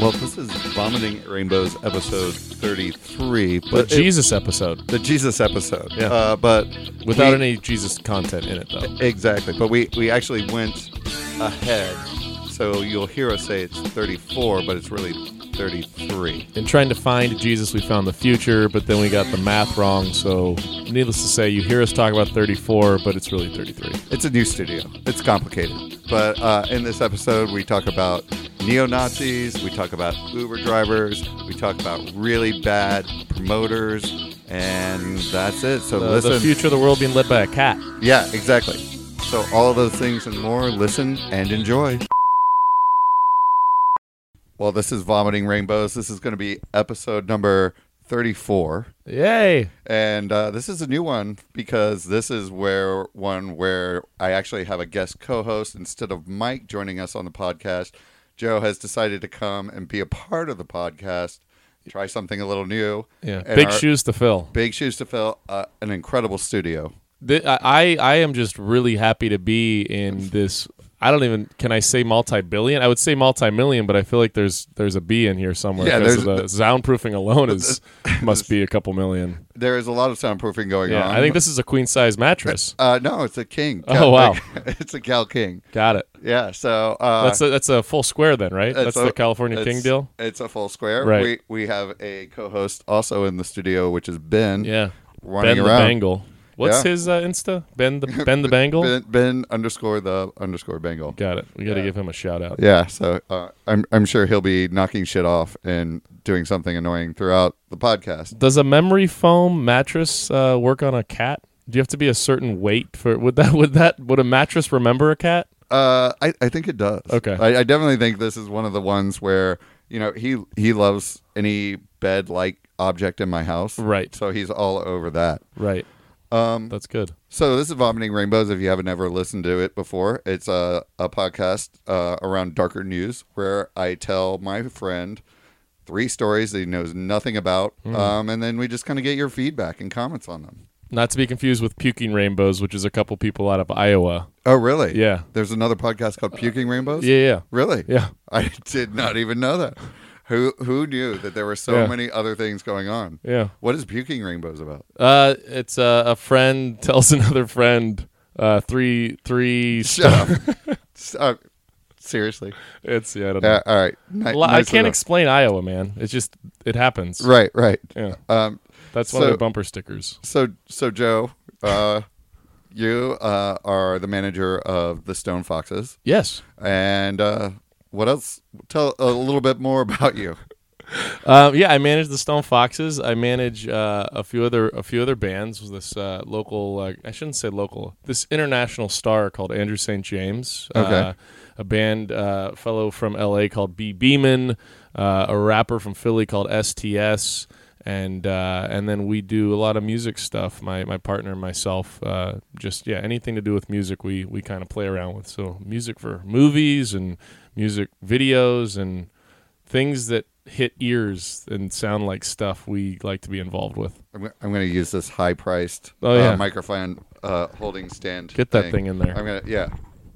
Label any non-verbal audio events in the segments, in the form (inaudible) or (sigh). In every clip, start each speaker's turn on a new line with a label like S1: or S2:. S1: Well, this is Vomiting Rainbows episode 33, but
S2: The
S1: it-
S2: Jesus episode
S1: the Jesus episode.
S2: Yeah.
S1: Uh, but
S2: without
S1: we-
S2: any Jesus content in it though.
S1: Exactly. But we, we actually went ahead. So you'll hear us say it's 34, but it's really 33.
S2: In trying to find Jesus, we found the future, but then we got the math wrong. So, needless to say, you hear us talk about 34, but it's really 33.
S1: It's a new studio. It's complicated. But uh, in this episode, we talk about neo Nazis, we talk about Uber drivers, we talk about really bad promoters, and that's it. So
S2: The, the
S1: listen.
S2: future of the world being led by a cat.
S1: Yeah, exactly. So all of those things and more, listen and enjoy. Well, this is Vomiting Rainbows. This is going to be episode number 34.
S2: Yay!
S1: And uh, this is a new one because this is where one where I actually have a guest co-host instead of Mike joining us on the podcast. Joe has decided to come and be a part of the podcast, try something a little new.
S2: Yeah,
S1: And
S2: big
S1: our-
S2: shoes to fill.
S1: Big shoes to fill. Uh, an incredible studio.
S2: Th- I I am just really happy to be in this. I don't even can I say multi-billion? I would say multi-million, but I feel like there's there's a B in here somewhere.
S1: Yeah,
S2: 'cause of
S1: there's-
S2: the soundproofing
S1: (laughs)
S2: alone is must be a couple million.
S1: There is a lot of soundproofing going
S2: Yeah,
S1: on.
S2: I think this is a queen size mattress.
S1: Uh, no, it's a king.
S2: Oh, wow.
S1: (laughs) it's a Cal King.
S2: Got it.
S1: Yeah, so uh,
S2: That's a, that's a full square then, right?
S1: it's
S2: That's
S1: a-
S2: the California King
S1: it's-
S2: deal.
S1: It's a full square.
S2: Right.
S1: We we have a co-host also in the studio, which is Ben.
S2: Yeah,
S1: running
S2: Ben
S1: around.
S2: the Bangle. What's
S1: Yeah.
S2: his uh, Insta? Ben the
S1: (laughs)
S2: Ben the Bangle.
S1: Ben, ben underscore the underscore Bengal.
S2: Got it. We got to give him a shout out.
S1: Yeah, so uh, I'm I'm sure he'll be knocking shit off and doing something annoying throughout the podcast.
S2: Does a memory foam mattress uh, work on a cat? Do you have to be a certain weight for would that would that would a mattress remember a cat?
S1: Uh, I, I think it does.
S2: Okay.
S1: I, I definitely think this is one of the ones where you know he he loves any bed like object in my house.
S2: Right.
S1: So he's all over that.
S2: Right.
S1: Um,
S2: That's good.
S1: so this is Vomiting Rainbows. If you haven't ever listened to it before, it's a, a podcast uh, around darker news where I tell my friend three stories that he knows nothing about,
S2: Hmm.
S1: um, and then we just kind of get your feedback and comments on them.
S2: Not to be confused with Puking Rainbows, which is a couple people out of Iowa.
S1: Oh, really?
S2: Yeah.
S1: There's another podcast called Puking Rainbows.
S2: Uh, Yeah, yeah.
S1: Really?
S2: Yeah.
S1: (laughs) I did not even know that. Who who knew that there were so
S2: Yeah.
S1: many other things going on?
S2: Yeah.
S1: What is puking rainbows
S2: (laughs)
S1: about?
S2: Uh it's uh, a friend (laughs) tells another friend uh three three
S1: Shut
S2: (laughs)
S1: up. Stop. Seriously.
S2: it's yeah, I don't know.
S1: Uh, all right. Ni-
S2: Li- I
S1: nice
S2: can't
S1: enough.
S2: explain Iowa, man. It's just it happens.
S1: right. Right.
S2: Yeah.
S1: Um.
S2: That's one of
S1: So-
S2: their bumper stickers.
S1: So so Joe, uh, you uh, are the manager of the Stone Foxes,
S2: Yes.
S1: and uh, what else? Tell a little bit more (laughs) about you.
S2: Um, yeah, I manage the Stone Foxes. I manage uh, a few other a few other bands. With this uh, local, uh, I shouldn't say local. This international star called Andrew St. James.
S1: Okay.
S2: Uh, a band uh, fellow from L.A. called B. Beeman. Uh, a rapper from Philly called STS. And uh, and then we do a lot of music stuff. My my partner and myself, uh, just yeah, anything to do with music, we we kind of play around with. So music for movies and music videos and things that hit ears and sound like stuff we like to be involved with.
S1: I'm, go- I'm going to use this high-priced
S2: Oh, yeah.
S1: uh, microphone uh, holding stand.
S2: Get that thing in there.
S1: I'm gonna yeah.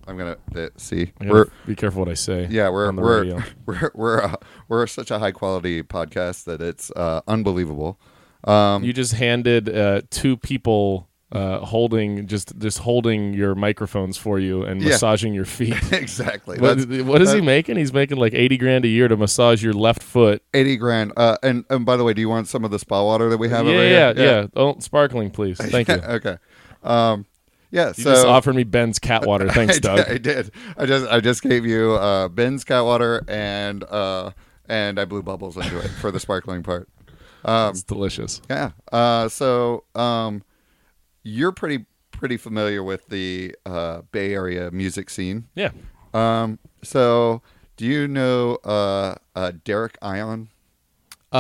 S1: I'm gonna uh, see.
S2: I gotta
S1: We're
S2: be careful what I say.
S1: yeah we're
S2: on the
S1: we're,
S2: radio.
S1: (laughs) we're we're uh, we're such a high quality podcast that it's uh, unbelievable. (laughs) Um,
S2: You just handed uh, two people uh, holding just just holding your microphones for you and
S1: Yeah.
S2: massaging
S1: (laughs)
S2: your feet.
S1: exactly.
S2: What,
S1: That's
S2: what is he making? He's making like eighty grand a year to massage your left foot.
S1: eighty grand. Uh, and and by the way, do you want some of the spa water that we have?
S2: yeah,
S1: over
S2: yeah,
S1: here?
S2: yeah, Oh, sparkling, please.
S1: (laughs)
S2: Thank you.
S1: okay. Um, yeah.
S2: You
S1: so
S2: just offered me Ben's cat water.
S1: (laughs)
S2: Thanks,
S1: I,
S2: Doug.
S1: did, I did. I just I just gave you uh, Ben's cat water and uh, and I blew bubbles into it for the sparkling part. Um,
S2: it's delicious.
S1: Yeah. Uh, so um, you're pretty pretty familiar with the uh, Bay Area music scene.
S2: Yeah.
S1: Um, so do you know uh, uh, Derek Ion?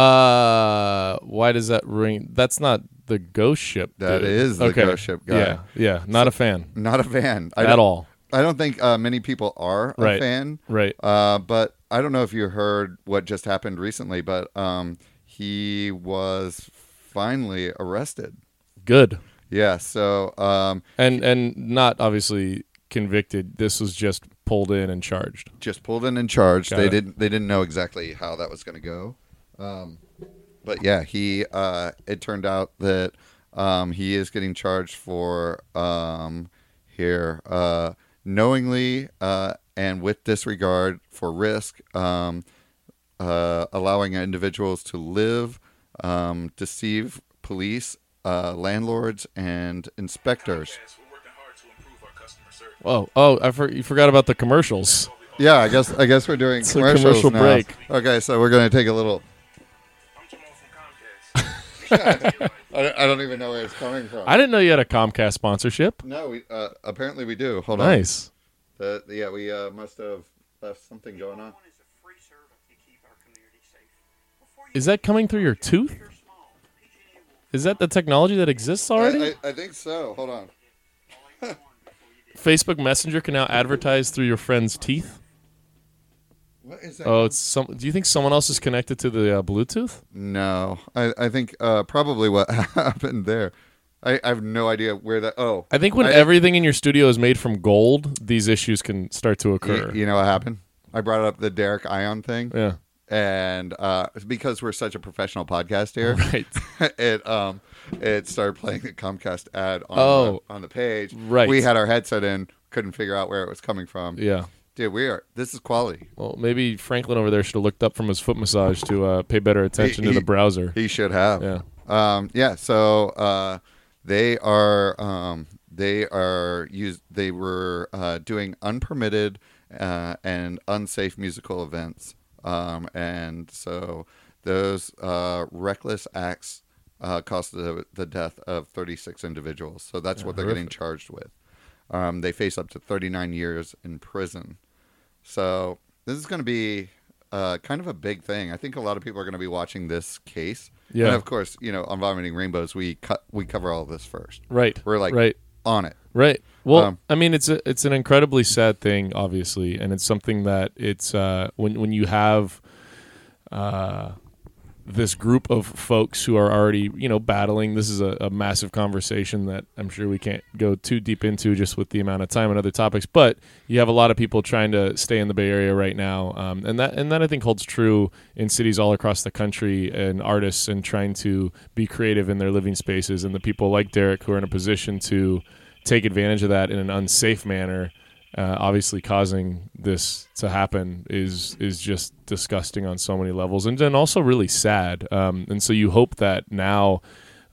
S2: Uh, why does that ring? That's not the Ghost Ship.
S1: That
S2: dude.
S1: is the Ghost Ship guy.
S2: Yeah, yeah. Not a fan
S1: Not a fan I
S2: at
S1: don't-
S2: all.
S1: I don't think uh, many people are a
S2: Right.
S1: fan.
S2: Right.
S1: Uh, but I don't know if you heard what just happened recently, but um, he was finally arrested.
S2: Good.
S1: Yeah. So um,
S2: And and not obviously convicted. This was just pulled in and charged.
S1: just pulled in and charged.
S2: Got
S1: they
S2: it.
S1: didn't they didn't know exactly how that was going to go. Um, but yeah, he uh, it turned out that um, he is getting charged for um, here uh, knowingly uh, and with disregard for risk, um, uh, allowing individuals to live, um, deceive police, uh, landlords, and inspectors.
S3: Comcast, we're working hard to improve our customer service.
S2: Oh, oh, I for, you forgot about the commercials.
S1: Yeah, I guess I guess we're doing
S2: It's a
S1: commercials
S2: commercial
S1: now.
S2: break.
S1: Okay, so we're going to take a little.
S3: I'm Jamal from Comcast.
S1: I don't, I don't even know where it's coming from.
S2: I didn't know you had a Comcast sponsorship.
S1: no, we, uh, apparently we do. Hold on.
S2: Nice.
S1: The- yeah, we uh, must have left something going on.
S4: One is a free service to keep our community safe. Before you
S2: Is that coming through your tooth?
S4: hear small, PG&E will
S2: Is that the technology that exists already?
S1: I, I, I think so. Hold on.
S4: always warn before you do.
S2: Facebook Messenger can now advertise through your friend's teeth.
S1: What is that?
S2: Oh, it's some. Do you think someone else is connected to the uh, Bluetooth?
S1: No, I, I think uh, probably what (laughs) happened there. I, I have no idea where that. Oh,
S2: I think when
S1: I-
S2: everything in your studio is made from gold, these issues can start to
S1: you,
S2: occur.
S1: you know what happened? I brought up the Derek Ion thing, (laughs)
S2: yeah.
S1: and uh, because we're such a professional podcast
S2: (laughs)
S1: here, (laughs)
S2: Right.
S1: it um it started playing the Comcast ad on
S2: Oh.
S1: the, on the page.
S2: Right.
S1: We had our headset in, couldn't figure out where it was coming from.
S2: Yeah.
S1: Dude, we are. This is quality.
S2: Well, maybe Franklin over there should have looked up from his foot massage to uh, pay better attention to
S1: he-
S2: the browser.
S1: He should have.
S2: Yeah.
S1: Um. Yeah. So, uh, they are um they are used they were uh, doing unpermitted uh, and unsafe musical events um and so those uh, reckless acts uh, cost the the death of 36 individuals. So that's what they're getting charged with. Um, they face up to 39 years in prison. So this is going to be uh, kind of a big thing. I think a lot of people are going to be watching this case.
S2: Yeah.
S1: And of course, you know, on Vomiting Rainbows, we cut we cover all this first.
S2: Right.
S1: We're like
S2: right.
S1: on it.
S2: Right. Well,
S1: Um,
S2: I mean, it's a, it's an incredibly sad thing, obviously, and it's something that it's uh, when when you have uh, this group of folks who are already you know battling. This is a, a massive conversation that I'm sure we can't go too deep into just with the amount of time and other topics. But you have a lot of people trying to stay in the Bay Area right now, um, and that and that I think holds true in cities all across the country and artists and trying to be creative in their living spaces and the people like Derek who are in a position to take advantage of that in an unsafe manner. Uh, obviously, causing this to happen is is just disgusting on so many levels, and then also really sad. Um, and so you hope that now,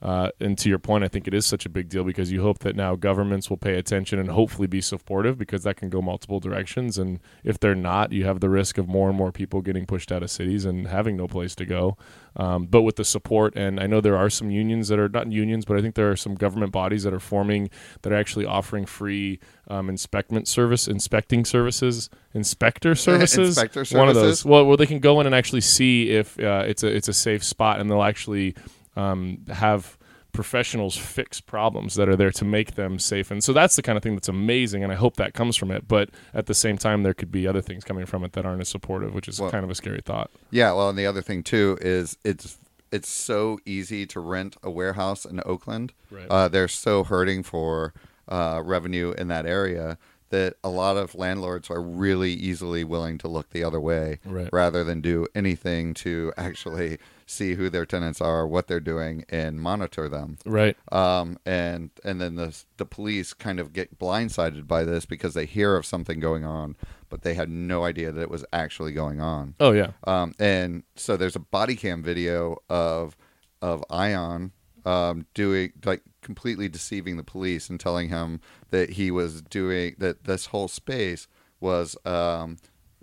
S2: uh, and to your point, I think it is such a big deal because you hope that now governments will pay attention and hopefully be supportive because that can go multiple directions. And if they're not, you have the risk of more and more people getting pushed out of cities and having no place to go. Um, but with the support, and I know there are some unions that are not unions, but I think there are some government bodies that are forming that are actually offering free um, inspectment service, inspecting services, inspector services,
S1: Inspector
S2: one of
S1: services?
S2: those. Well, where they can go in and actually see if uh, it's a it's a safe spot, and they'll actually um, have professionals fix problems that are there to make them safe. And so that's the kind of thing that's amazing, and I hope that comes from it. But at the same time, there could be other things coming from it that aren't as supportive, which is
S1: Well-
S2: kind of a scary thought.
S1: Yeah, well, and the other thing too is it's it's so easy to rent a warehouse in Oakland.
S2: Right.
S1: Uh, they're so hurting for uh, revenue in that area that a lot of landlords are really easily willing to look the other way
S2: Right.
S1: rather than do anything to actually see who their tenants are, what they're doing, and monitor them
S2: Right.
S1: um, and and then the the police kind of get blindsided by this because they hear of something going on, but they had no idea that it was actually going on.
S2: Oh yeah.
S1: Um, and so there's a body cam video of of Ion um, doing like completely deceiving the police and telling him that he was doing that this whole space was um,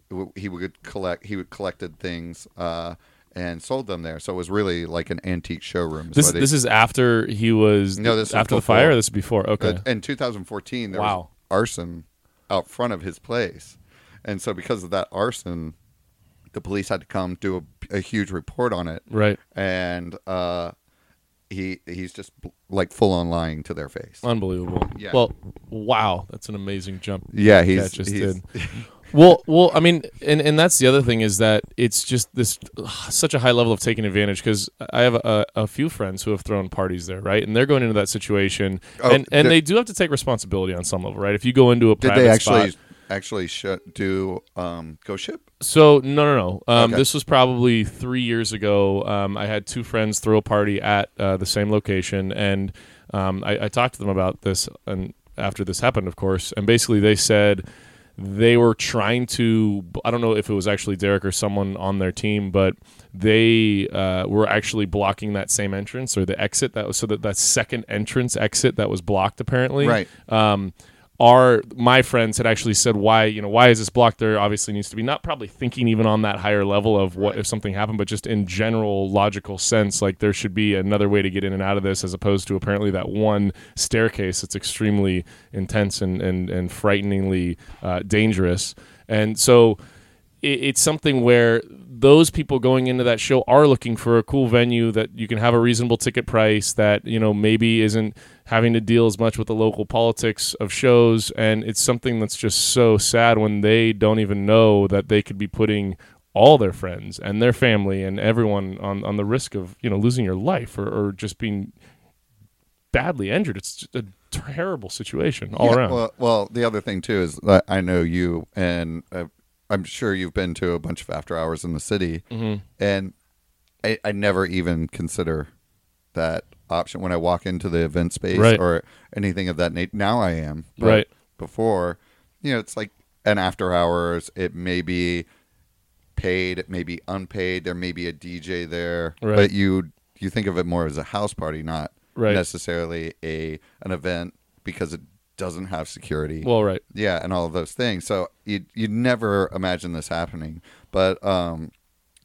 S1: w- he would collect he would collected things uh, and sold them there. So it was really like an antique showroom. is
S2: This
S1: what he-
S2: this is after he was
S1: No, this was
S2: after the
S1: before.
S2: fire. Or this is before. Okay.
S1: Uh, in 2014, there was
S2: Wow.
S1: arson out front of his place, and so because of that arson, the police had to come do a, a huge report on it,
S2: right.
S1: and uh, he he's just like full on lying to their face.
S2: Unbelievable.
S1: Yeah.
S2: Well, wow, that's an amazing jump.
S1: Yeah, he's-
S2: that just
S1: he's-
S2: did. well, well, I mean, and and that's the other thing is that it's just this ugh, such a high level of taking advantage because I have a, a few friends who have thrown parties there, right? And they're going into that situation,
S1: Oh,
S2: and and
S1: did-
S2: they do have to take responsibility on some level, right? If you go into a
S1: Did
S2: private
S1: they actually
S2: spot,
S1: actually sh- do um, Ghost Ship?
S2: So no, no, no. Um,
S1: Okay.
S2: This was probably three years ago. Um, I had two friends throw a party at uh, the same location, and um, I, I talked to them about this. And after this happened, of course, and basically they said they were trying to. I don't know if it was actually Derek or someone on their team, but they uh, were actually blocking that same entrance or the exit that was so that that second entrance exit that was blocked apparently
S1: Right.
S2: um, our my friends had actually said why you know why is this blocked there obviously needs to be not probably thinking even on that higher level of what if something happened but just in general logical sense like there should be another way to get in and out of this as opposed to apparently that one staircase that's extremely intense and and, and frighteningly uh, dangerous and so it, it's something where those people going into that show are looking for a cool venue that you can have a reasonable ticket price that you know maybe isn't having to deal as much with the local politics of shows and it's something that's just so sad when they don't even know that they could be putting all their friends and their family and everyone on, on the risk of you know losing your life or, or just being badly injured it's just a terrible situation all
S1: Yeah,
S2: around
S1: Well, well, the other thing too is that I know you, and uh, I'm sure you've been to a bunch of after hours in the city,
S2: Mm-hmm.
S1: and I, I never even consider that option when I walk into the event space
S2: Right.
S1: or anything of that nature. Now I am, but
S2: Right.
S1: Before, you know, it's like an after hours. It may be paid, it may be unpaid. There may be a DJ there,
S2: Right.
S1: but you you think of it more as a house party, not
S2: Right.
S1: necessarily a an event because it doesn't have security.
S2: well right
S1: yeah, and all of those things. So you you'd never imagine this happening, but um.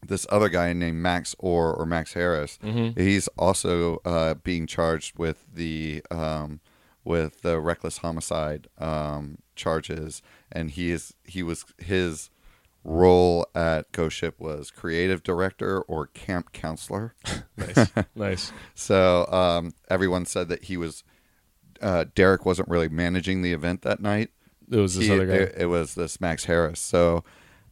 S1: This other guy named Max Orr or Max Harris, he's also uh, being charged with the um, with the reckless homicide um, charges, and he is he was his role at Ghost Ship was creative director or camp counselor. (laughs)
S2: nice nice
S1: So um, everyone said that he was uh, Derek wasn't really managing the event that night.
S2: it was this
S1: He-
S2: other guy
S1: It, it was this Max Harris. So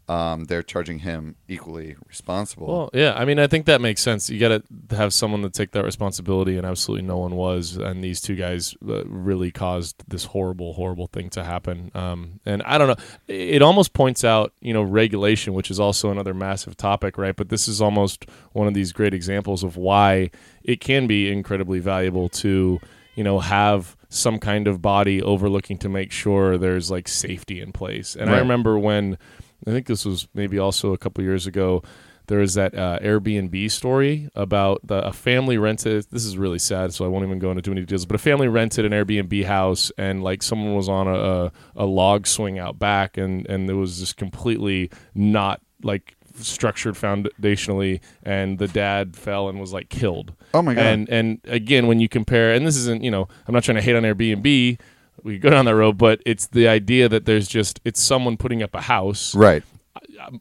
S1: um, they're charging him equally responsible.
S2: Well, yeah. I mean, I think that makes sense. You got to have someone to take that responsibility, and absolutely no one was. And these two guys uh, really caused this horrible, horrible thing to happen. Um, and I don't know. It almost points out, you know, regulation, which is also another massive topic, right? But this is almost one of these great examples of why it can be incredibly valuable to, you know, have some kind of body overlooking to make sure there's like safety in place. And I
S1: Right.
S2: remember remember when I think this was maybe also a couple years ago. There was that uh, Airbnb story about the, a family rented. This is really sad, so I won't even go into too many details. But a family rented an Airbnb house, and like someone was on a, a, a log swing out back, and and it was just completely not like structured foundationally, and the dad fell and was like killed.
S1: Oh my God.
S2: And and again when you compare and this isn't you know i'm not trying to hate on airbnb we go down that road but it's the idea that there's just it's someone putting up a house
S1: right.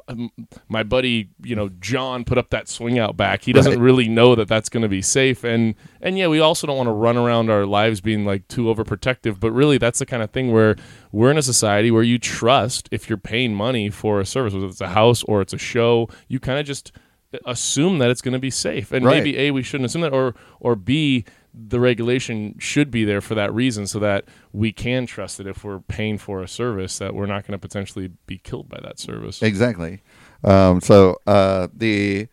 S2: Um, my buddy you know john put up that swing out back he doesn't really know that that's going to be safe and and yeah we also don't want to run around our lives being like too overprotective but really that's the kind of thing where we're in a society where you trust if you're paying money for a service whether it's a house or it's a show you kind of just assume that it's going to be safe and
S1: Right.
S2: maybe a we shouldn't assume that or or b the regulation should be there for that reason so that we can trust that if we're paying for a service that we're not going to potentially be killed by that service
S1: Exactly. Um, so uh, the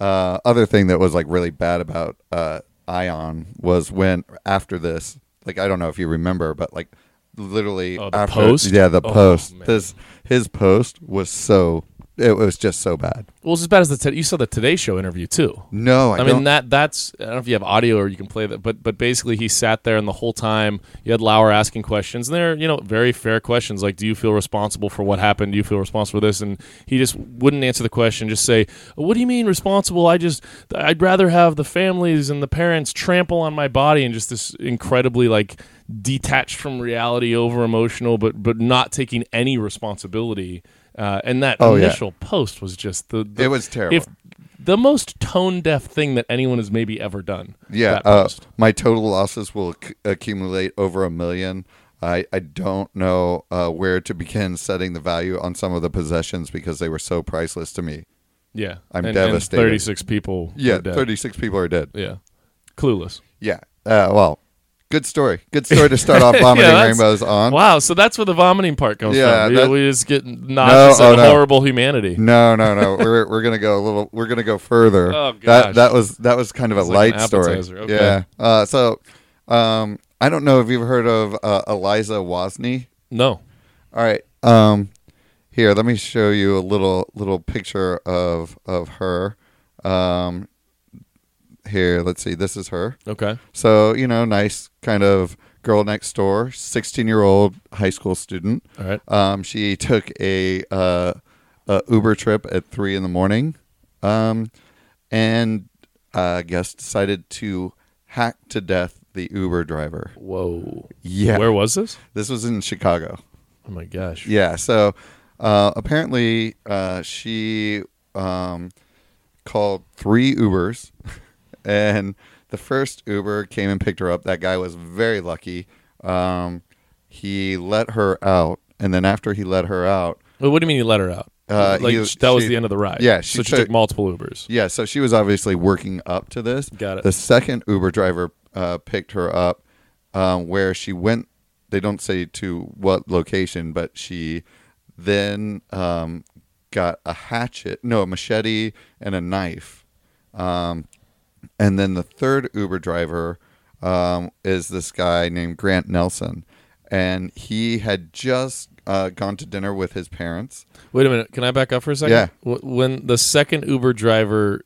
S1: uh, other thing that was like really bad about uh, Ion was when after this, like I don't know if you remember, but like literally
S2: Oh, the
S1: after
S2: post?
S1: yeah the
S2: Oh,
S1: post
S2: man.
S1: this his post was so it was just so bad.
S2: well it's as bad as the Ted- you saw the today show interview too
S1: No, I,
S2: I,
S1: don't-
S2: mean that that's I don't know if you have audio or you can play that, but but basically he sat there and the whole time you had Lauer asking questions and they're you know very fair questions like do you feel responsible for what happened? Do you feel responsible for this? And he just wouldn't answer the question. Just say, "Oh, what do you mean responsible? I just I'd rather have the families and the parents trample on my body and just this incredibly like detached from reality, over emotional, but but not taking any responsibility. Uh, and that
S1: Oh, yeah.
S2: initial post was just the, the
S1: It was terrible.
S2: if the most tone deaf thing that anyone has maybe ever done.
S1: Yeah,
S2: that
S1: uh,
S2: post.
S1: my total losses will acc- accumulate over a million. I, I don't know uh, where to begin setting the value on some of the possessions because they were so priceless to me.
S2: yeah.
S1: I'm
S2: and,
S1: devastated.
S2: Thirty six people.
S1: Yeah,
S2: were dead.
S1: 36 people are dead.
S2: Yeah, clueless.
S1: Yeah. Uh, well, Good story. Good story to
S2: (laughs)
S1: start off vomiting
S2: that's-
S1: rainbows on.
S2: Wow, so that's where the vomiting part comes
S1: Yeah,
S2: from. We-
S1: that-
S2: we just get nauseous
S1: oh,
S2: at
S1: no.
S2: horrible humanity.
S1: No, no, no. we're we're gonna go a little. We're gonna go further.
S2: Oh,
S1: That
S2: gosh.
S1: that was that was kind of a
S2: It's like
S1: light
S2: an
S1: story.
S2: appetizer. Okay.
S1: Yeah. Uh, so, um, I don't know if you've heard of uh, Eliza Wozni.
S2: No.
S1: All right. Um, here, let me show you a little little picture of of her. Um, here, let's see. This is her.
S2: Okay.
S1: So you know, nice kind of girl next door, sixteen year old high school student.
S2: All right.
S1: Um, she took a, uh, a Uber trip at three in the morning, um, and uh, I guess decided to hack to death the Uber driver.
S2: Whoa.
S1: Yeah,
S2: Where was this?
S1: this was in Chicago.
S2: Oh my gosh.
S1: Yeah, so uh, apparently uh, she um, called three Ubers, (laughs) and the first Uber came and picked her up. That guy was very lucky. Um, he let her out, and then after he let her out,
S2: Wait, what do you mean you let her out?
S1: Uh,
S2: like
S1: you-
S2: sh- that was
S1: she-
S2: the end of the ride.
S1: yeah, she
S2: so she took,
S1: took-
S2: multiple Ubers.
S1: Yeah, so she was obviously working up to this.
S2: Got it.
S1: The second Uber driver uh, picked her up, um, where she went. They don't say to what location, but she then um, got a hatchet, no, a machete and a knife. Um, and then the third Uber driver um, is this guy named Grant Nelson, and he had just uh, gone to dinner with his parents.
S2: Wait a minute. Can I back up for a second?
S1: Yeah.
S2: Wh- When the second Uber driver,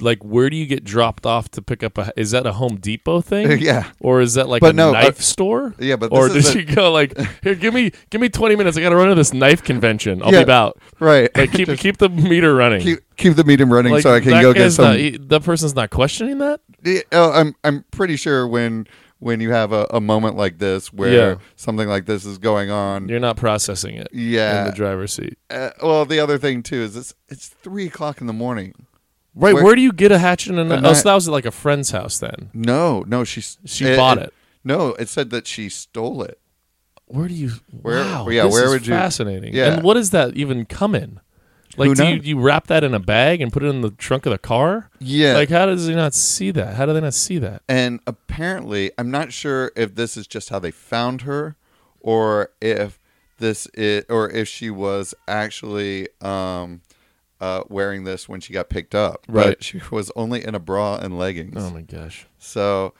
S2: like, where do you get dropped off to pick up a? Is that a Home Depot thing?
S1: (laughs) Yeah.
S2: Or is that like
S1: But
S2: a
S1: no,
S2: knife
S1: uh,
S2: store?
S1: yeah, but
S2: or
S1: this
S2: did
S1: is
S2: she
S1: (laughs)
S2: go like, here, give me, give me twenty minutes. I got to run to this knife convention. I'll
S1: Yeah.
S2: be about.
S1: Right.
S2: Like, keep keep the meter running.
S1: keep keep the medium running
S2: like,
S1: so I can
S2: that
S1: go get
S2: guy's
S1: some.
S2: Not, he- that person's not questioning that.
S1: Yeah, oh, I'm I'm pretty sure when when you have a, a moment like this where
S2: Yeah.
S1: something like this is going on.
S2: You're not processing it. In
S1: Yeah.
S2: the driver's seat.
S1: Uh, well, the other thing too is it's it's three o'clock in the morning.
S2: Right. Where,
S1: Where-
S2: do you get a hatchet and a knife? Oh,
S1: knife-
S2: so that was at like a friend's house then.
S1: No, no, she s-
S2: She bought it.
S1: No, it said that she stole it.
S2: Where do you?
S1: Where-
S2: wow,
S1: yeah,
S2: this
S1: where
S2: is
S1: would you-
S2: Fascinating.
S1: Yeah.
S2: And what does that even come in? Like,
S1: Who
S2: do you,
S1: knows?
S2: do you wrap that in a bag and put it in the trunk of the car?
S1: Yeah,
S2: Like, how does he not see that? How do they not see that?
S1: and apparently, I'm not sure if this is just how they found her, or if this is, or if she was actually um, uh, wearing this when she got picked up.
S2: Right.
S1: but she was only in a bra and leggings.
S2: Oh my gosh.
S1: So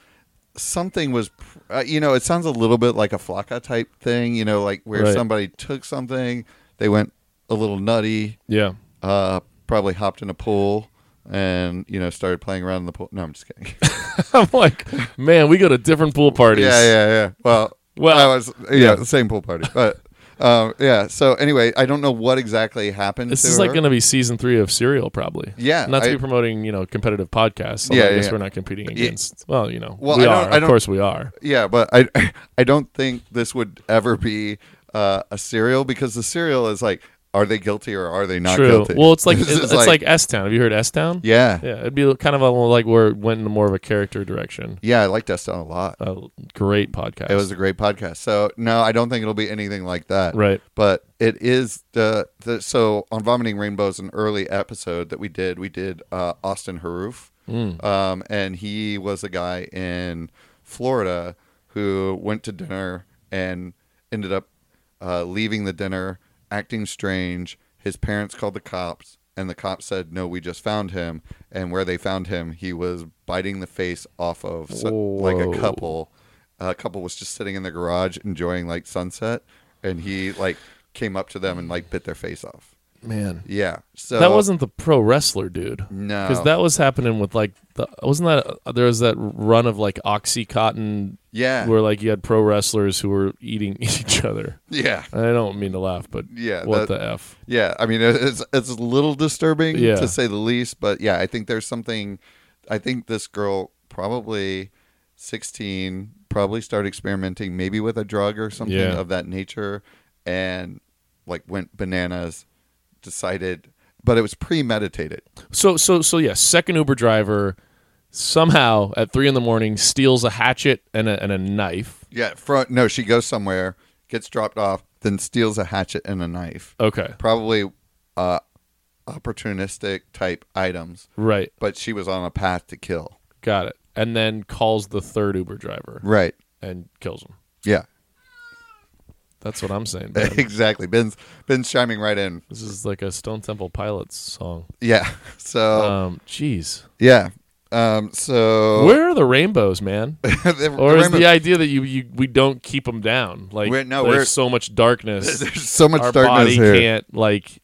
S1: something was, pr- uh, you know, it sounds a little bit like a flaca type thing, you know, like where
S2: Right.
S1: somebody took something, they went a little nutty,
S2: Yeah. (laughs)
S1: uh, probably hopped in a pool and, you know, started playing around in the pool. No, I'm just kidding. (laughs)
S2: I'm like, man, we go to different pool parties.
S1: yeah, yeah, yeah. Well,
S2: Well,
S1: well, I was, yeah, the same pool party. But, um, yeah. So anyway, I don't know what exactly happened
S2: This
S1: to
S2: is like
S1: her.
S2: going to be season three of Serial, probably.
S1: Yeah,
S2: Not to
S1: I-
S2: be promoting, you know, competitive podcasts.
S1: Yeah,
S2: Yeah. I
S1: yeah,
S2: guess
S1: yeah.
S2: we're not competing
S1: Yeah.
S2: against. Well, you know,
S1: Well,
S2: we
S1: I don't-
S2: are.
S1: I
S2: Of
S1: don't-
S2: course, we are.
S1: Yeah, but I (laughs) I don't think this would ever be uh, a serial because the serial is like, are they guilty or are they not
S2: True.
S1: guilty?
S2: Well, it's
S1: (laughs)
S2: like
S1: This
S2: it's,
S1: is
S2: it's like, S Town. Have you heard S Town?
S1: yeah, yeah,
S2: Yeah, it'd be kind of a, like where it went in more of a character direction.
S1: I liked Eston a lot.
S2: A great podcast.
S1: It was a great podcast. So no, I don't think it'll be anything like that.
S2: right.
S1: But it is the, the so on vomiting rainbows an early episode that we did. We did uh, Austin Haroof,
S2: Mm.
S1: um, and he was a guy in Florida who went to dinner and ended up uh, leaving the dinner, acting strange. His parents called the cops, and the cops said, "No, we just found him." And where they found him, he was biting the face off of so- like
S2: Whoa.
S1: a couple. uh, A couple was just sitting in the garage enjoying like sunset, and he like came up to them and like bit their face off.
S2: Man,
S1: Yeah, so
S2: that wasn't the pro wrestler dude.
S1: no
S2: Because that was happening with like, the, wasn't that uh, there was that run of like OxyContin
S1: yeah
S2: where like you had pro wrestlers who were eating (laughs) each other.
S1: yeah
S2: I don't mean to laugh, but
S1: Yeah,
S2: what
S1: that-
S2: the f?
S1: Yeah, I mean it's it's a little disturbing
S2: Yeah.
S1: to say the least, but yeah, I think there's something. I think this girl probably 16 probably started experimenting maybe with a drug or something
S2: Yeah.
S1: of that nature, and like went bananas, decided, but it was premeditated.
S2: So so so yeah, second Uber driver somehow at three in the morning steals a hatchet and a, and a knife.
S1: Yeah, front. No, she goes somewhere, gets dropped off, then steals a hatchet and a knife.
S2: Okay,
S1: Probably uh, opportunistic type items,
S2: right,
S1: but she was on a path to kill.
S2: got it. and then calls the third Uber driver
S1: Right.
S2: and kills him.
S1: Yeah. (laughs)
S2: That's what I'm saying. Ben.
S1: exactly. Ben's Ben's chiming right in.
S2: this is like a Stone Temple Pilots song.
S1: Yeah. (laughs) So
S2: Um, jeez,
S1: yeah. Um. So (laughs)
S2: where are the rainbows, man?
S1: the- the
S2: Or is
S1: rainbow-
S2: the idea that you, you we don't keep them down? Like
S1: We're- no,
S2: there's
S1: we're-
S2: so much darkness.
S1: (laughs) (laughs) there's so much
S2: our
S1: darkness
S2: body
S1: here.
S2: can't like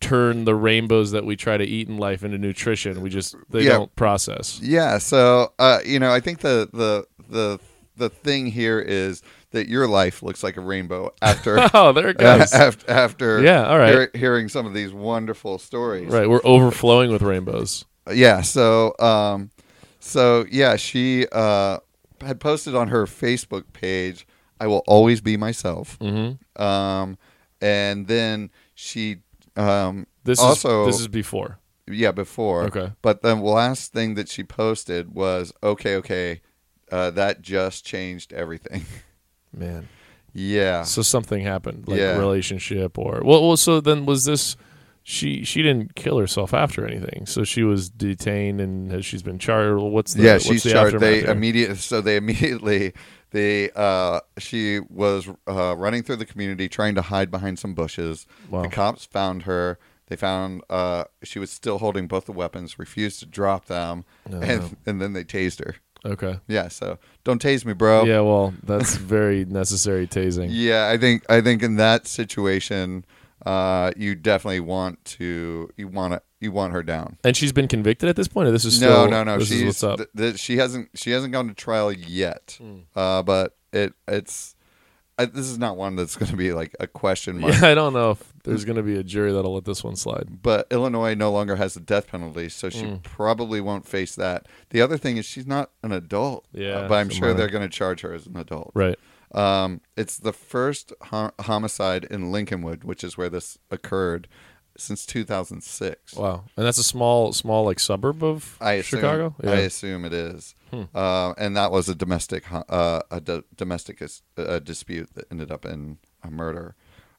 S2: turn the rainbows that we try to eat in life into nutrition. We just they
S1: Yeah.
S2: don't process.
S1: Yeah. So, uh, you know, I think the the the the thing here is that your life looks like a rainbow
S2: (laughs)
S1: after
S2: Oh, there it
S1: (laughs)
S2: goes.
S1: after, after
S2: Yeah, all right.
S1: hearing some of these wonderful stories.
S2: right, we're overflowing with rainbows.
S1: Yeah. So, um, so yeah, she uh, had posted on her Facebook page, "I will always be myself."
S2: hmm
S1: Um, and then she um,
S2: This
S1: also
S2: is this is before.
S1: yeah before
S2: Okay.
S1: but the last thing that she posted was okay okay uh, that just changed everything (laughs)
S2: Man,
S1: yeah
S2: so something happened, like
S1: Yeah.
S2: relationship or well, well. So then was this? She she didn't kill herself after anything, so she was detained and has she's been charged. Well, What's the
S1: yeah
S2: what's
S1: she's
S2: the
S1: charged
S2: aftermath
S1: they
S2: here?
S1: immediate so they (laughs) immediately they uh, she was uh, running through the community trying to hide behind some bushes
S2: Wow.
S1: the cops found her they found uh, she was still holding both the weapons refused to drop them
S2: Oh,
S1: and
S2: no.
S1: and then they tased her
S2: okay.
S1: yeah so don't tase me bro
S2: Yeah, well,
S1: (laughs)
S2: that's very necessary tasing.
S1: Yeah, I think I think in that situation, uh, you definitely want to you want to you want her down.
S2: And she's been convicted at this point. Or this is
S1: No,
S2: still,
S1: no, no.
S2: This
S1: She's
S2: is what's up.
S1: th- th- she hasn't she hasn't gone to trial yet. Uh, but it it's I, this is not one that's going to be like a question mark.
S2: (laughs) yeah, I don't know if there's
S1: Mm.
S2: going to be a jury that'll let this one slide.
S1: (laughs) But Illinois no longer has the death penalty, so she probably won't face that. The other thing is she's not an adult. uh,
S2: Yeah,
S1: but I'm
S2: it's a
S1: sure
S2: minor.
S1: they're going to charge her as an adult.
S2: Right.
S1: Um, it's the first ho- homicide in Lincolnwood, which is where this occurred, since 2006.
S2: Wow. And that's a small, small like suburb of
S1: I assume,
S2: Chicago. Hmm.
S1: I assume it is. Uh, and that was a domestic ho- uh, a do- domestic is- uh, dispute that ended up in a murder.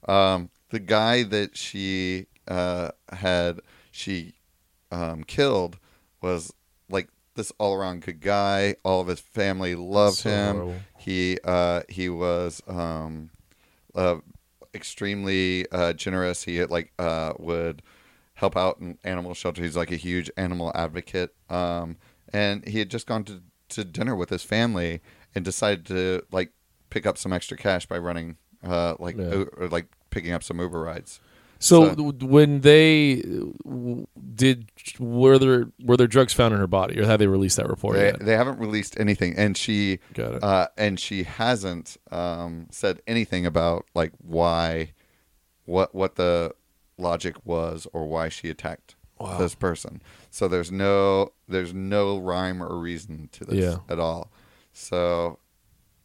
S1: Um, the guy that she uh, had she um, killed was like this all around good guy. All of his family loved
S2: So
S1: him.
S2: horrible.
S1: He uh, he was um, uh, extremely uh, generous. He like uh, would help out in animal shelter. He's like a huge animal advocate. Um, and he had just gone to, to dinner with his family and decided to like pick up some extra cash by running uh, like
S2: Yeah.
S1: o- or, like picking up some Uber rides.
S2: So,
S1: So-
S2: w- when they w- did, were there were there drugs found in her body, or had they released that report
S1: They,
S2: yet?
S1: they haven't released anything, and she
S2: Got it.
S1: uh, and she hasn't um, said anything about like why, what what the logic was or why she attacked
S2: Wow.
S1: this person. So there's no there's no rhyme or reason to this
S2: Yeah.
S1: at all. So,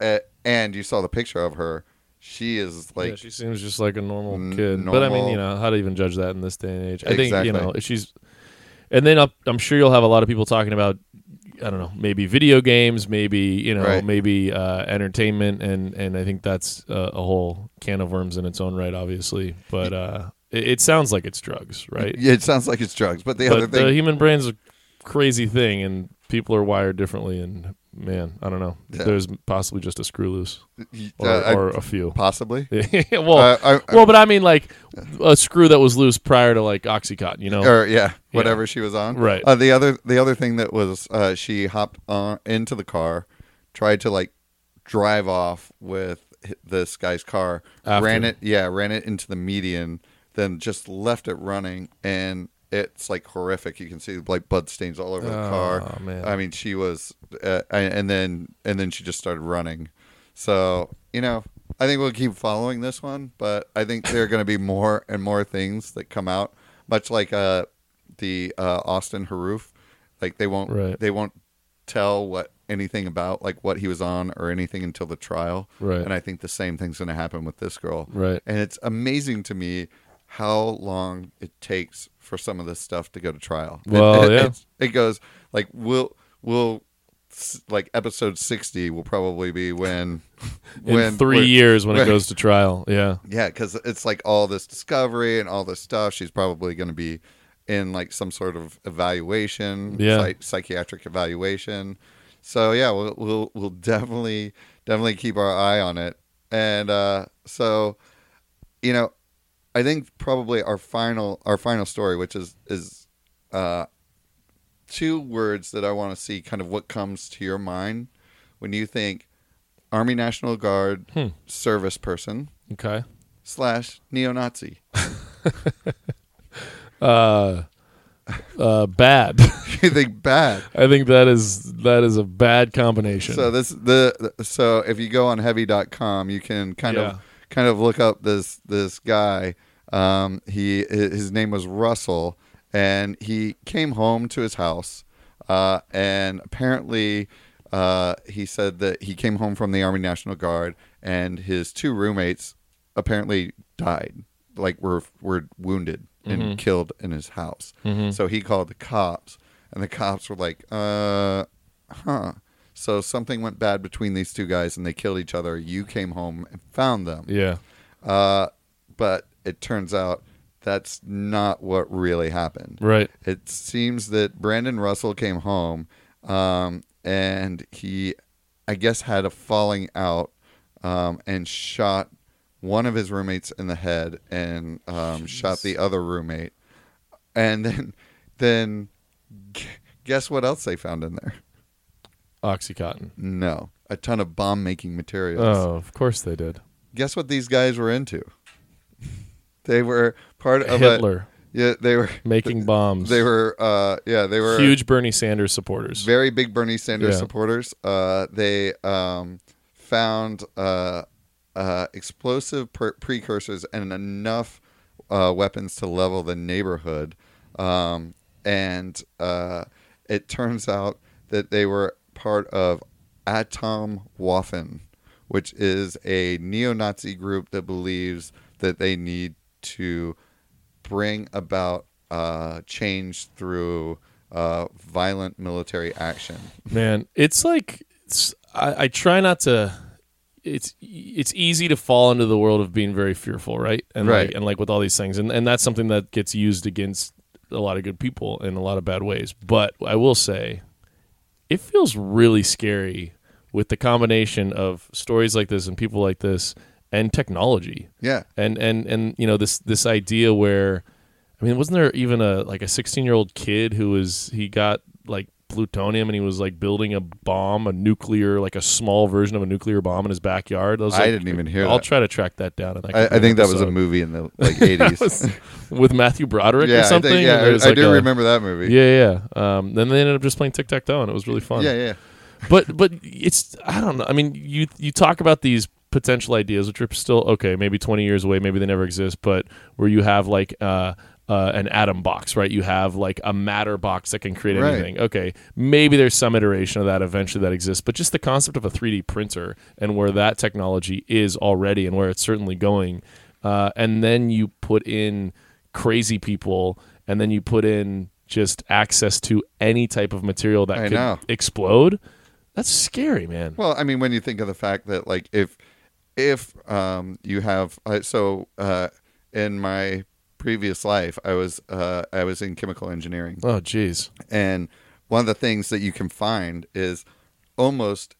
S1: a- and you saw the picture of her. She is like
S2: yeah, she seems just like a normal
S1: N-
S2: kid. But I mean,
S1: normal.
S2: you know, how to even judge that in this day and age? I think
S1: Exactly.
S2: you know if she's, and then up, I'm sure you'll have a lot of people talking about, I don't know, maybe video games, maybe you know,
S1: Right.
S2: maybe uh, entertainment, and and I think that's uh, a whole can of worms in its own right, obviously. But uh, it, it sounds like it's drugs, right?
S1: Yeah, (laughs) it sounds like it's drugs, but the other
S2: but
S1: thing,
S2: the human brain's a crazy thing, and people are wired differently. And man, I don't know.
S1: Yeah.
S2: There's possibly just a screw loose, or,
S1: uh, I-
S2: or a few.
S1: possibly.
S2: (laughs) well,
S1: Uh, I- I-
S2: well, but I mean, like a screw that was loose prior to like OxyContin, you know?
S1: or yeah, whatever she was on.
S2: Right.
S1: Uh, the other the other thing that was uh, she hopped on into the car, tried to like drive off with hi- this guy's car,
S2: After.
S1: ran it yeah, ran it into the median, then just left it running and it's like horrific. You can see like blood stains all over the
S2: Oh,
S1: car.
S2: man.
S1: I mean, she was uh, and and then and then she just started running. So, you know, I think we'll keep following this one, but I think there are going to be more and more things that come out, much like uh, the uh, Austin Haroof. Like they won't
S2: Right.
S1: they won't tell what anything about like what he was on or anything until the trial.
S2: Right.
S1: And I think the same thing's going to happen with this girl.
S2: Right.
S1: And it's amazing to me how long it takes for some of this stuff to go to trial. It-
S2: Well,
S1: it,
S2: yeah.
S1: it's- it goes like we'll we'll s- like episode 60 will probably be when
S2: In
S1: when
S2: three
S1: we're-
S2: years when it
S1: when-
S2: goes to trial. Yeah.
S1: yeah because it's like all this discovery and all this stuff she's probably going to be in like some sort of evaluation
S2: Yeah.
S1: psych- psychiatric evaluation So yeah, we'll we'll, we'll definitely definitely keep our eye on it. And uh, so, you know, I think probably our final our final story, which is is uh, two words that I want to see kind of what comes to your mind when you think Army National Guard
S2: Hmm.
S1: service person
S2: Okay.
S1: slash neo Nazi.
S2: Uh, uh,
S1: (laughs)
S2: bad. (laughs)
S1: you think bad.
S2: I think that is that is a bad combination.
S1: So this the so if you go on heavy.com, you can kind
S2: Yeah.
S1: of kind of look up this this guy. Um, he his name was Russell, and he came home to his house, uh, and apparently. Uh, he said that he came home from the Army National Guard, and his two roommates apparently died, like were were wounded and
S2: Mhm.
S1: killed in his house.
S2: Mhm.
S1: So he called the cops, and the cops were like, uh, huh. So something went bad between these two guys and they killed each other. You came home and found them.
S2: yeah.
S1: Uh, but it turns out that's not what really happened.
S2: Right.
S1: It seems that Brandon Russell came home um, and he, I guess, had a falling out um, and shot one of his roommates in the head and um, shot the other roommate. And then, then gu- guess what else they found in there?
S2: Oxycontin.
S1: No, a ton of bomb making materials.
S2: Oh, of course they did.
S1: Guess what these guys were into? (laughs) They were part of A,
S2: Hitler
S1: yeah, they were
S2: making
S1: (laughs)
S2: bombs.
S1: They were uh, yeah, they were
S2: huge Bernie Sanders supporters.
S1: very big Bernie Sanders
S2: Yeah.
S1: supporters. Uh, they um, found uh, uh, explosive per- precursors and enough uh, weapons to level the neighborhood. Um, and uh, it turns out that they were part of Atom Waffen, which is a neo Nazi group that believes that they need to bring about uh, change through uh, violent military action.
S2: Man, it's like it's, I, I try not to. It's it's easy to fall into the world of being very fearful, right? And
S1: Right.
S2: Like, and like with all these things, and and that's something that gets used against a lot of good people in a lot of bad ways. But I will say, it feels really scary with the combination of stories like this and people like this and technology
S1: Yeah.
S2: and and and you know this this idea where i mean wasn't there even a like a 16 year old kid who was he got like plutonium and he was like building a bomb a nuclear like a small version of a nuclear bomb in his backyard was,
S1: I
S2: like-
S1: didn't even hear
S2: i'll
S1: that.
S2: try to track that down and
S1: I, I think that was a
S2: (laughs)
S1: movie in the like 80s. (laughs)
S2: with matthew broderick
S1: yeah,
S2: or something
S1: I, think,
S2: and
S1: yeah,
S2: there was,
S1: I, I
S2: like,
S1: do
S2: a-
S1: remember that movie.
S2: yeah yeah um then they ended up just playing tic-tac-toe and it was really fun
S1: yeah, yeah.
S2: but but it's I don't know. I mean, you you talk about these potential ideas, which are still okay, maybe twenty years away, maybe they never exist, but where you have like uh, uh, an atom box, right? You have like a matter box that can create
S1: Right.
S2: anything. Okay, maybe there's some iteration of that eventually that exists, but just the concept of a 3D printer and where that technology is already and where it's certainly going, uh, and then you put in crazy people, and then you put in just access to any type of material that
S1: I
S2: could
S1: know.
S2: explode. That's scary, man.
S1: Well, I mean, when you think of the fact that like if if um you have uh, so uh in my previous life I was uh I was in chemical engineering
S2: oh, jeez.
S1: and one of the things that you can find is almost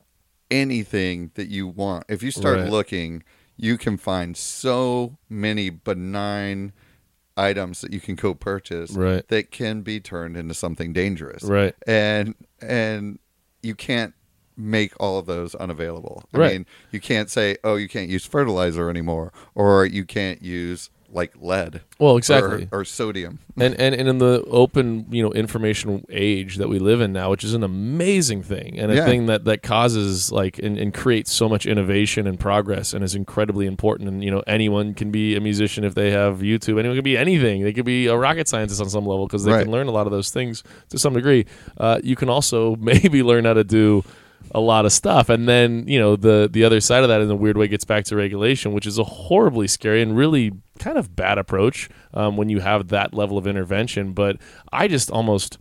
S1: anything that you want. If you start
S2: Right.
S1: looking, you can find so many benign items that you can go purchase
S2: Right.
S1: that can be turned into something dangerous.
S2: Right.
S1: And and you can't make all of those unavailable. I
S2: Right.
S1: mean, you can't say, "Oh, you can't use fertilizer anymore," or you can't use like lead
S2: Well, exactly.
S1: or, or sodium.
S2: and, and and in the open, you know, information age that we live in now, which is an amazing thing and a
S1: Yeah.
S2: thing that that causes like and, and creates so much innovation and progress and is incredibly important. And you know, anyone can be a musician if they have YouTube. Anyone can be anything. They could be a rocket scientist on some level because they
S1: Right.
S2: can learn a lot of those things to some degree. Uh, you can also (laughs) maybe learn how to do a lot of stuff and then you know the the other side of that in a weird way gets back to regulation which is a horribly scary and really kind of bad approach um, when you have that level of intervention but i just almost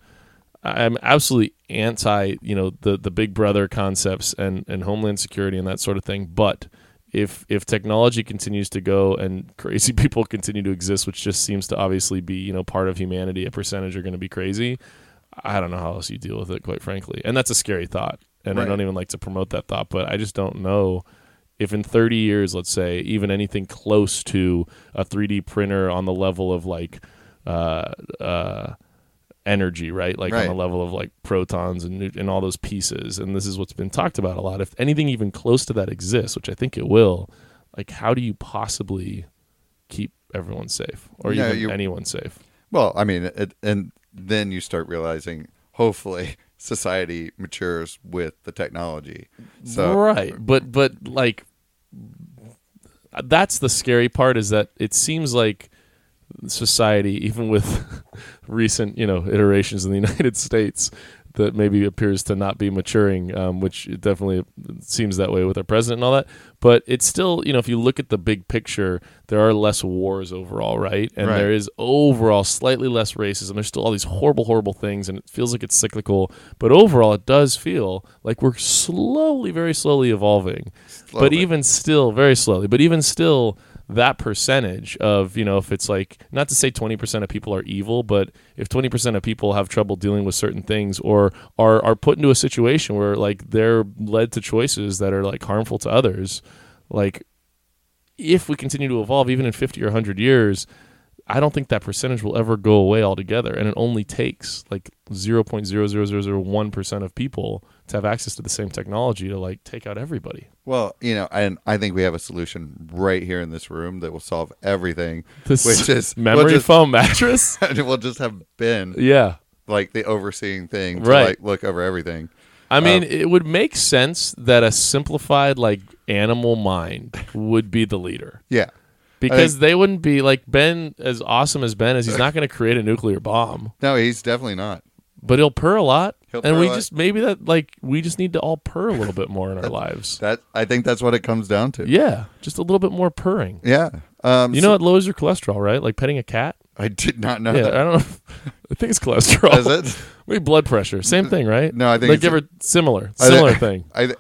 S2: i'm absolutely anti you know the the big brother concepts and and homeland security and that sort of thing but if if technology continues to go and (laughs) crazy people continue to exist which just seems to obviously be you know part of humanity a percentage are going to be crazy I don't know how else you deal with it, quite frankly. And that's a scary thought. and I
S1: Right.
S2: don't even like to promote that thought, but I just don't know if in 30 years, let's say, even anything close to a 3D printer on the level of like uh, uh, energy, right? Like
S1: Right.
S2: on the level of like protons and nu- and all those pieces. And this is what's been talked about a lot. If anything even close to that exists, which I think it will, like how do you possibly keep everyone safe or
S1: Yeah,
S2: even
S1: you-
S2: anyone safe?
S1: Well, I mean, it, and then you start realizing, hopefully, (laughs) society matures with the technology. So
S2: right, but but like that's the scary part is that it seems like society, even with (laughs) recent you know iterations in the (laughs) United States, that maybe appears to not be maturing, um, which it definitely seems that way with our president and all that. But it's still you know if you look at the big picture, there are less wars overall, right? And
S1: Right.
S2: there is overall slightly less racism. There's still all these horrible, horrible things, and it feels like it's cyclical. But overall, it does feel like we're slowly, very slowly evolving but
S1: Slowly.
S2: even still very slowly but even still that percentage of you know if it's like not to say 20% of people are evil but if 20% of people have trouble dealing with certain things or are are put into a situation where like they're led to choices that are like harmful to others like if we continue to evolve even in 50 or 100 years i don't think that percentage will ever go away altogether and it only takes like 0.00001% of people to have access to the same technology to like take out everybody
S1: Well, you know, and I think we have a solution right here in this room that will solve everything,
S2: This
S1: which is we'll
S2: (laughs) memory
S1: just-
S2: foam mattress.
S1: (laughs) we'll just have Ben
S2: (laughs) yeah,
S1: like the overseeing thing, to,
S2: Right.
S1: Like look over everything.
S2: I mean, it would make sense that a simplified like animal mind would be the leader
S1: Yeah,
S2: because they wouldn't be like Ben as awesome as Ben is. He's not going to create a nuclear bomb,
S1: no, he's definitely not.
S2: but he'll purr a lot,
S1: He'll
S2: and
S1: purr
S2: we
S1: a lot.
S2: just maybe that like we just need to all purr a little bit more in our lives.
S1: That I think that's what it comes down to.
S2: Yeah, just a little bit more purring.
S1: yeah. Um,
S2: You know, it lowers your cholesterol, right? Like petting a cat.
S1: I did not know
S2: Yeah, I
S1: that.
S2: don't know. (laughs) I think it's cholesterol.
S1: Uh-huh. Is
S2: (laughs)
S1: it? Uh,
S2: Maybe blood pressure. Same thing, right?
S1: No, I think
S2: like
S1: it's-
S2: different, similar,
S1: I thi-
S2: similar thing.
S1: I, th-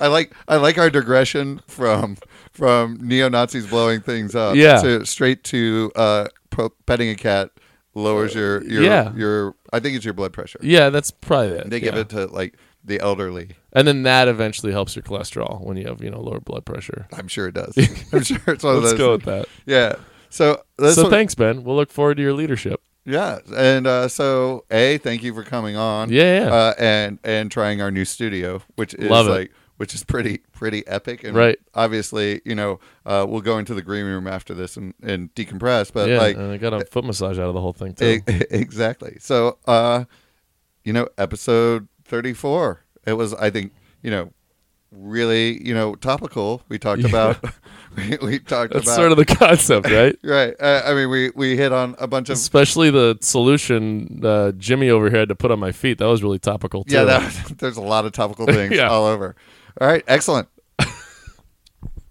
S1: I like I like our digression from from neo Nazis blowing things up.
S2: Yeah.
S1: To, straight to uh, pro- petting a cat lowers your your,
S2: Uh, Yeah.
S1: your I think it's your blood pressure.
S2: Yeah, that's probably it.
S1: They give
S2: yeah.
S1: it to like the elderly.
S2: and then that eventually helps your cholesterol when you have you know lower blood pressure.
S1: I'm sure it
S2: (laughs)
S1: does. I'm sure it's one of
S2: Let's
S1: those.
S2: go with that.
S1: Yeah. So that's
S2: so
S1: what-
S2: thanks, Ben. We'll look forward to your leadership.
S1: Yeah, and uh, so a thank you for coming on.
S2: Yeah, yeah.
S1: Uh, and and trying our new studio, which is
S2: Love it.
S1: like which is pretty pretty epic. And
S2: Right.
S1: Obviously, you know, uh, we'll go into the green room after this and and decompress. But
S2: yeah, uh,
S1: like
S2: and I got a foot massage out of the whole thing too.
S1: e- (laughs) exactly. So uh, you know, episode thirty four. It was I think you know really you know topical. We
S2: (laughs)
S1: talked about (laughs) we, we talked
S2: that's
S1: about
S2: sort of the (laughs)
S1: (laughs)
S2: concept, right?
S1: right. Uh, I mean, we we hit on a bunch of
S2: Especially the solution uh, Jimmy over here had to put on my feet. That was really topical
S1: (laughs)
S2: too. (laughs)
S1: Yeah, that, there's a lot of topical things
S2: Yeah.
S1: all over. All right, excellent.